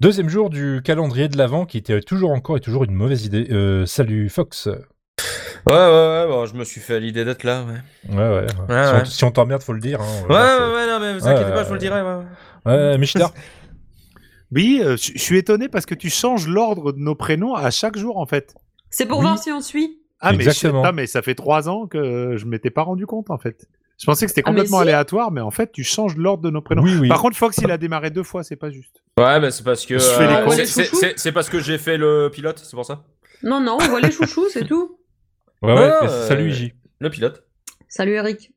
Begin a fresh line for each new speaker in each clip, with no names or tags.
Deuxième jour du calendrier de l'Avent qui était toujours encore et toujours une mauvaise idée. Euh, salut Fox.
Ouais, ouais, ouais, bon, je me suis fait à l'idée d'être là. Ouais,
Ouais, ouais. Si
Ouais,
on-
ouais.
Si on t'emmerde, faut le dire. hein.
ouais,
Là, c'est-
ouais, ouais, non, mais vous inquiétez
Ouais,
pas, je vous le dirai. ouais.
Ouais, Michidar.
Oui, euh, je je suis étonné parce que tu changes l'ordre de nos prénoms à chaque jour en fait.
C'est pour
Oui.
voir si on suit.
Ah mais, je-
Exactement.
ah, mais ça fait trois ans que je m'étais pas rendu compte en fait. Je pensais que c'était
Ah, mais
complètement
si.
aléatoire, mais en fait tu changes l'ordre de nos prénoms.
oui, oui.
Par contre, Fox il a démarré deux fois, c'est pas juste.
Ouais, mais c'est parce que. euh,
Je fais les cons.
c'est- c'est- c'est- C'est parce que j'ai fait le pilote, c'est pour ça.
Non, non, on voit les chouchous, c'est tout.
Ouais, ouais,
Ah,
mais
euh,
Salut Iji.
Le pilote.
Salut Eric.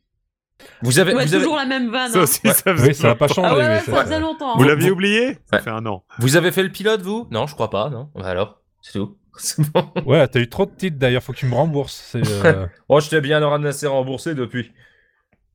Vous avez,
Ouais,
vous avez,
toujours la même vanne.
Ça
hein.
aussi, ça faisait
Oui, ça n'a pas changé.
Ah ouais,
mais
ouais,
ça-
ça faisait longtemps.
Vous
hein.
l'aviez oublié Ça
Ouais.
fait un an.
vous avez fait le pilote, vous Non, je crois pas, non. Bah alors, c'est tout. C'est bon.
Ouais, t'as eu trop de titres d'ailleurs, faut que tu me rembourses. c'est, euh,
Oh, je t'ai bien ramassé remboursé depuis.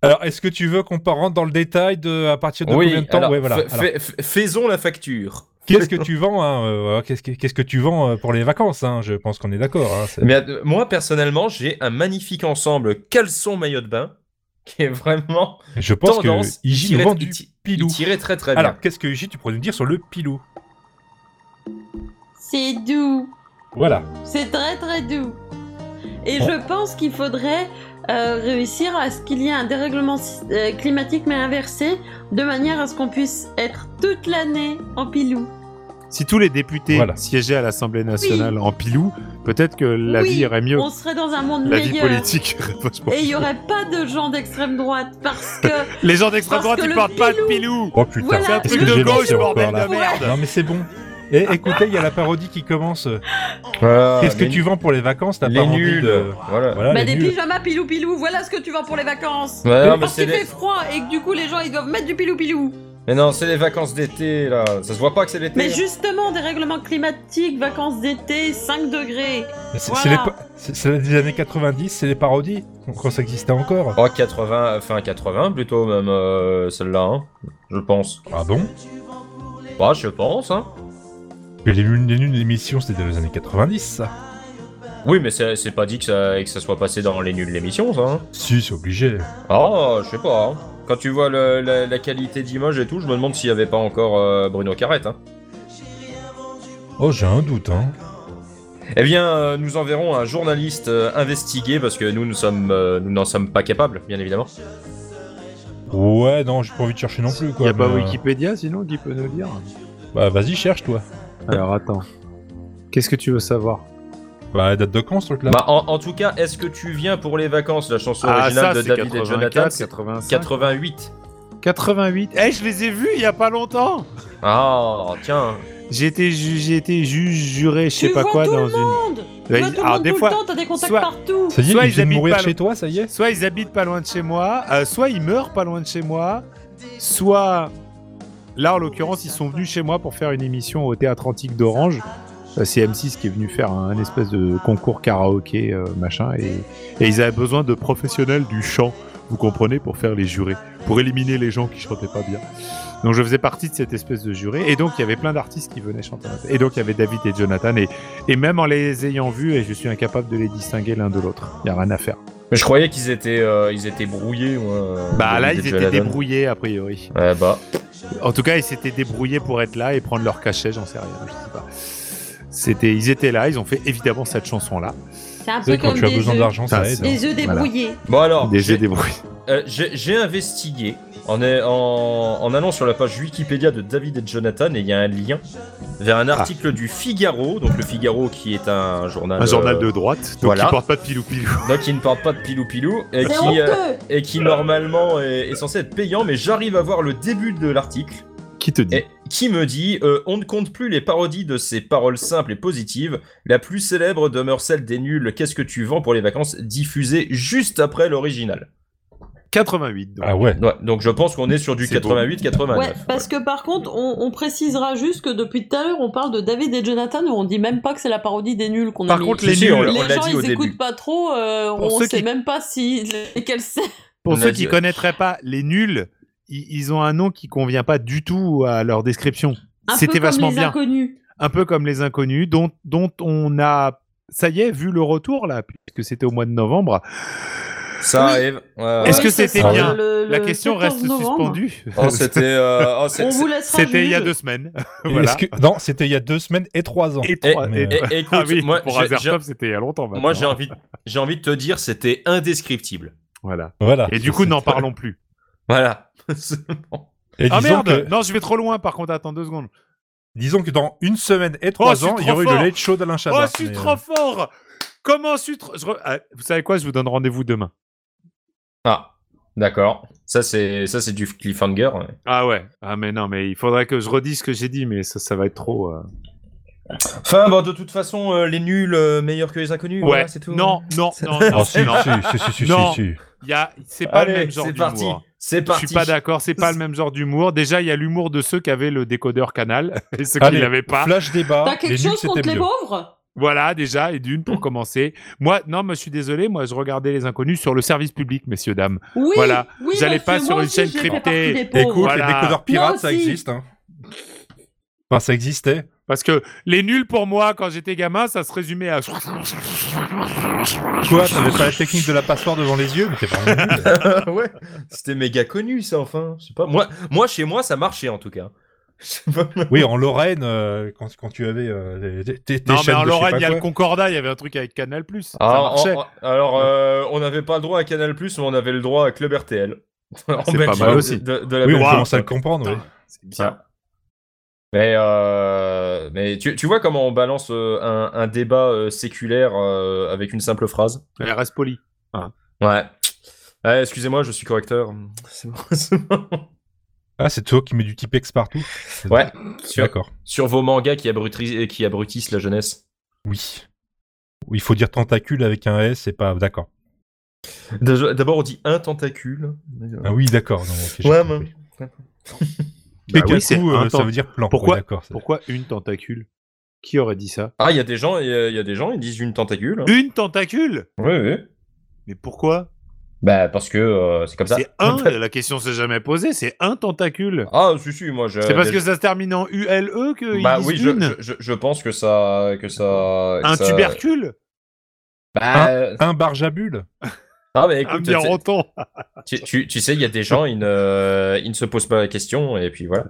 Alors, est-ce que tu veux qu'on par- rentre dans le détail de à partir de combien de temps
alors,
Ouais, voilà.
fa-
Alors,
fa- fa- faisons la facture.
Qu'est-ce que tu vends hein, euh, voilà, Qu'est-ce que qu'est-ce que tu vends euh, pour les vacances hein Je pense qu'on est d'accord. hein, c'est-
Mais euh, moi, personnellement, j'ai un magnifique ensemble caleçon maillot de bain qui est vraiment
Je pense que
tendance. Il
Iji nous
tirait-
vend
il
du
ti-
pilou.
Il tirait très très bien.
Alors, qu'est-ce que Iji, tu pourrais nous dire sur le pilou
C'est doux.
Voilà.
C'est très très doux. Et
Bon.
je pense qu'il faudrait euh, réussir à ce qu'il y ait un dérèglement si- euh, climatique mais inversé, de manière à ce qu'on puisse être toute l'année en pilou.
Si tous les députés
Voilà.
siégeaient à l'Assemblée nationale en pilou, peut-être que la
Oui,
vie irait mieux.
On serait dans un monde
La vie
meilleur.
politique irait vachement
Et il n'y aurait pas de gens d'extrême droite parce que
mieux. Les gens d'extrême
Parce
droite,
que
ils
le
portent pas de
pilou-
pilou
Oh putain.
Voilà,
C'est un
qu'est-ce
truc
que
de
j'ai lancé
gauche, bordel
encore, là.
de merde
Non mais c'est bon. Et écoutez, il y a la parodie qui commence.
Ah,
Qu'est-ce que
les-
tu vends pour les vacances T'as
les
pas envie
nuls.
de-
Voilà.
Voilà,
bah,
les
des
nuls.
pyjamas pilou pilou, voilà ce que tu vends pour les vacances.
Ouais, non, Ah, mais
Parce
c'est
qu'il
des...
fait froid et que du coup les gens ils doivent mettre du pilou pilou.
mais non, c'est les vacances d'été là. Ça se voit pas que c'est l'été. hein.
Mais justement, dérèglement climatique, vacances d'été, 5 degrés.
Mais C'est
Voilà.
c'est les pa- c'est- c'est des années 90, c'est les parodies quand ça existait encore.
Oh, 80, fin 80 plutôt même euh, celle-là, hein, je pense.
Ah bon
Bah, je pense. Hein.
Mais les lunes, les lunes d'émission, c'était dans les années 90, ça.
Oui, mais c'est c'est pas dit que ça, que ça soit passé dans les nuls de l'émission, ça. hein.
Si, c'est obligé.
Ah, je sais pas. hein. Quand tu vois le- la, la qualité d'image et tout, je me demande s'il y avait pas encore euh, Bruno Carrette. Hein.
Oh, j'ai un doute, hein.
Eh bien, euh, nous enverrons un journaliste euh, investiguer parce que nous, nous sommes, euh, nous n'en sommes pas capables, bien évidemment.
Ouais, non, j'ai pas envie de chercher non plus,
Il
quoi.
n'y a pas
mais, euh,
Wikipédia sinon qui peut nous dire
Bah, vas-y, cherche, toi.
Alors attends. Qu'est-ce que tu veux savoir
Bah, date de quand, ce truc-là
Bah, en, en tout cas, est-ce que tu viens pour les vacances La chanson originale de
Ah, c'est
David et Jonathan, c'est
85,
88.
88. Eh, je les ai vus il y a pas longtemps.
Ah, tiens.
J'ai été, ju- j'ai été juge, juré, je sais
Tu
pas
vois
quoi
tout
dans
le
une.
monde. Tu
Ouais,
vois tout le
alors,
monde
des
tout
fois-
le temps, t'as des contacts
soit-
partout.
Ça y est,
soit
il
ils
vient de
habitent
mourir
pas
chez
loin.
toi, ça y est
Soit ils habitent pas loin de chez moi, euh, soit ils meurent pas loin de chez moi, soit là en l'occurrence ils sont venus chez moi pour faire une émission au théâtre antique d'Orange. Euh, C'est M6 qui est venu faire un, un espèce de concours karaoké euh, machin et, et ils avaient besoin de professionnels du chant, vous comprenez, pour faire les jurés, pour éliminer les gens qui chantaient pas bien. Donc je faisais partie de cette espèce de juré et donc il y avait plein d'artistes qui venaient chanter. Et donc il y avait David et Jonathan et, et même en les ayant vus, et je suis incapable de les distinguer l'un de l'autre. Il y a rien à faire.
Mais je croyais qu'ils étaient, euh, ils étaient brouillés. moi, euh,
Bah là,
David
ils
et
étaient
Jonathan.
débrouillés a priori.
Ouais, bah.
En tout cas, ils s'étaient débrouillés pour être là et prendre leur cachet, j'en sais rien, je sais pas. C'était, ils étaient là, ils ont fait évidemment cette chanson là.
C'est un
Tu
peu
sais, quand
comme
tu as
des
besoin
œufs-
d'argent, ça
Putain,
aide.
des œufs
Voilà.
débrouillés.
Bon alors,
Des jeux
j'ai
débrouillés.
euh, j'ai- j'ai investigué en, est- en, en allant sur la page Wikipédia de David et Jonathan et il y a un lien vers
Ah.
un article du Figaro, donc le Figaro qui est un journal,
Un journal
euh,
de droite, donc
voilà.
ils portent pas de pilou pilou.
donc qui ne parle pas de pilou pilou et
C'est
qui, euh,
honteux.
et qui normalement est, est censé être payant, mais j'arrive à voir le début de l'article
Qui te dit
et qui me dit euh, on ne compte plus les parodies de ces paroles simples et positives. La plus célèbre demeure celle des nuls. Qu'est-ce que tu vends pour les vacances diffusée juste après l'original.
88. donc.
Ah ouais.
Ouais, donc je pense qu'on est sur du
C'est beau.
88-89.
Ouais, parce que par contre, on, on précisera juste que depuis tout à l'heure, on parle de David et Jonathan, où on dit même pas que c'est la parodie des nuls qu'on a
Par
mis.
contre,
Si,
les
si, on
nuls.
l'a-
les gens,
dit
ils
au
écoutent
début.
pas trop, euh,
Pour
on
ceux
sait
qui-
même pas si lesquels c'est.
Pour
on
ceux
a
qui
dit- euh,
connaîtraient pas, les nuls, i- ils ont un nom qui convient pas du tout à leur description.
Un peu
C'était
comme
vachement
les
bien.
Inconnus.
Un peu comme les inconnus, dont dont on a, ça y est, vu le retour là, puisque c'était au mois de novembre.
Ça
Oui.
arrive. Ouais, ouais.
Est-ce
Oui,
que
ça
c'était
sera
bien
le-
La
le
question
14
reste
novembre.
suspendue.
Oh, c'était. euh, oh, c'est-
On vous
c'est-
laissera
C'était il y a
juge.
deux semaines.
Et
voilà.
est-ce que- Non, c'était il y a deux semaines et trois ans.
Et trois-
Mais-
et-
Eh, écoute,
Ah oui,
moi,
pour
j'ai- j'ai-
Azertov, c'était il y a longtemps. Maintenant.
moi, j'ai envie, de- j'ai envie de te dire, c'était indescriptible.
Voilà.
Voilà.
Et du coup, n'en parlons plus.
Voilà. C'est bon.
Et
Ah
disons,
merde
que,
Non, je vais trop loin, par contre, attends deux secondes.
disons que dans une semaine et
Oh, je
trois
suis
ans, il y
trop
aurait eu
fort.
le late show d'Alain
oh,
Chabat.
je suis
mais, euh,
trop fort Comment je suis trop... je re- Ah, Vous savez quoi Je vous donne rendez-vous demain.
Ah, d'accord. Ça, c'est ça, c'est du cliffhanger. ouais.
Ah ouais Ah mais non, mais il faudrait que je redise ce que j'ai dit, mais ça, ça va être trop... euh.
Enfin, bon, de toute façon, euh, les nuls euh, meilleurs que les inconnus. voilà, c'est tout.
Non, non,
C'est-
non,
euh,
non,
Oh, si,
non.
si, si, si, si, si,
Non.
si.
Il y a- C'est pas
Allez,
le même genre
C'est
d'humour. hein.
parti. C'est
Je
parti.
suis pas d'accord, c'est pas le même genre d'humour. Déjà, il y a l'humour de ceux qui avaient le décodeur canal et ceux qui
Allez,
l'avaient pas.
Flash
T'as
débat.
quelque
Les nuls,
chose
c'était
contre les
mieux.
pauvres
Voilà, déjà, et d'une
Mmh.
pour commencer. Moi, non, moi, je suis désolé, moi, je regardais les inconnus sur le service public, messieurs, dames.
Oui,
Voilà.
oui,
J'allais
parce
pas
que
sur
moi
une
aussi,
chaîne
j'ai fait
cryptée.
partie des pauvres.
Écoute,
Voilà.
les décodeurs
Moi
pirates, ça
aussi.
existe. hein. Enfin, ça existait.
Parce que les nuls pour moi, quand j'étais gamin, ça se résumait à.
Quoi T'avais pas la technique de la passoire devant les yeux Mais t'es vraiment nul.
ouais. C'était méga connu, ça. Enfin, je sais pas. Moi, moi, chez moi, ça marchait en tout cas. Je sais pas.
Oui, en Lorraine, euh, quand, quand tu avais euh, les- tes- tes, tes
Non, mais
chaînes
en
de je sais
Lorraine,
pas
il y a le
quoi.
Concordat, il y avait un truc avec Canal. Ça
Ah, en-
marchait.
en- alors, euh, on n'avait pas le droit à Canal+, mais on avait le droit à Club RTL. En
C'est pas
Belgique,
mal
de-
aussi.
De, de la
Oui, on
Belgique.
commence à le comprendre. oui.
C'est bien.
Mais, euh, mais tu, tu vois comment on balance euh, un, un débat euh, séculaire euh, avec une simple phrase
Elle reste poli.
Ouais. Ouais, Excusez-moi, je suis correcteur. C'est bon, c'est bon.
Ah, c'est toi qui mets du Tipex partout
Ouais, sur,
D'accord.
sur vos mangas qui, abrutris- qui abrutissent la jeunesse.
Oui. Oui, Il faut dire tentacule avec un S, c'est pas. D'accord.
Déjà- D'abord, on dit un tentacule.
Ah oui, d'accord. non, ok, j'ai
Ouais,
compris.
mais-
Bah oui,
Kekaku,
c'est
euh,
un
ça
temps.
veut dire plan.
Pourquoi-
Ouais, d'accord. c'est-
Pourquoi une tentacule Qui aurait dit ça
Ah, il y a des gens, il y a- il y a des gens, ils disent une tentacule.
Une tentacule
Oui, oui.
Mais pourquoi
Bah, parce que euh, c'est comme ça.
C'est un, la question s'est jamais posée, c'est un tentacule.
Ah, si, si, moi, je.
C'est parce que ça se termine en ULE que
Bah
ils disent
oui, je,
une.
je, je- je pense que ça. Que ça que
Un
ça-
tubercule
Bah,
Un barjabule
Ah, mais
Un
écoute,
miroton
tu, tu- tu sais, il y a des gens, ils ne, ils ne se posent pas la question, et puis voilà.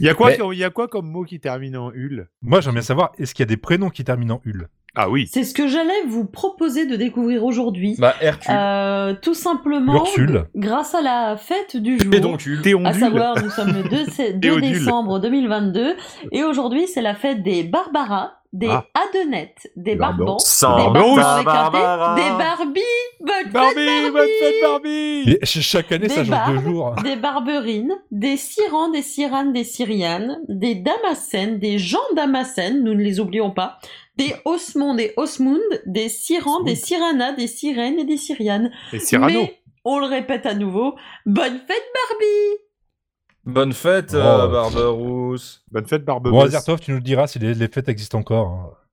Il y, a quoi
Mais-
qui- il y a quoi comme mot qui termine en E ul
Moi, j'aimerais bien savoir, est-ce qu'il y a des prénoms qui terminent en ul
Ah oui.
C'est ce que j'allais vous proposer de découvrir aujourd'hui.
Bah, Hercule.
Euh, tout simplement,
Ursule
grâce à la fête du jour.
Et donc, tu.
À
Théondule.
savoir, nous sommes le 2, sé- 2
Théodule.
décembre 2022 et aujourd'hui c'est la fête des Barbaras, des
Ah.
Adenettes, des
Barbans.
Barbans,
Sans
des Barbans
Barbans.
avec un D, des Barbies, bonne
Barbie, bonne fête Barbie
Et ch- Chaque année,
Des
ça change de
barbes.
jour.
des Barberines, des Sirans, des Siranes, des Syrianes, des Damascènes, des gens Damascènes, nous ne les oublions pas, des Osmonds, des Osmund, des Sirans, des Siranas, des Sirènes et des Syrianes.
Et Cyrano.
Mais, on le répète à nouveau, bonne fête Barbie
Bonne fête,
Oh.
euh, Barberousse.
Bonne fête
Bon,
Barberousse.
Azertov, tu nous le diras si les, les fêtes existent encore. hein.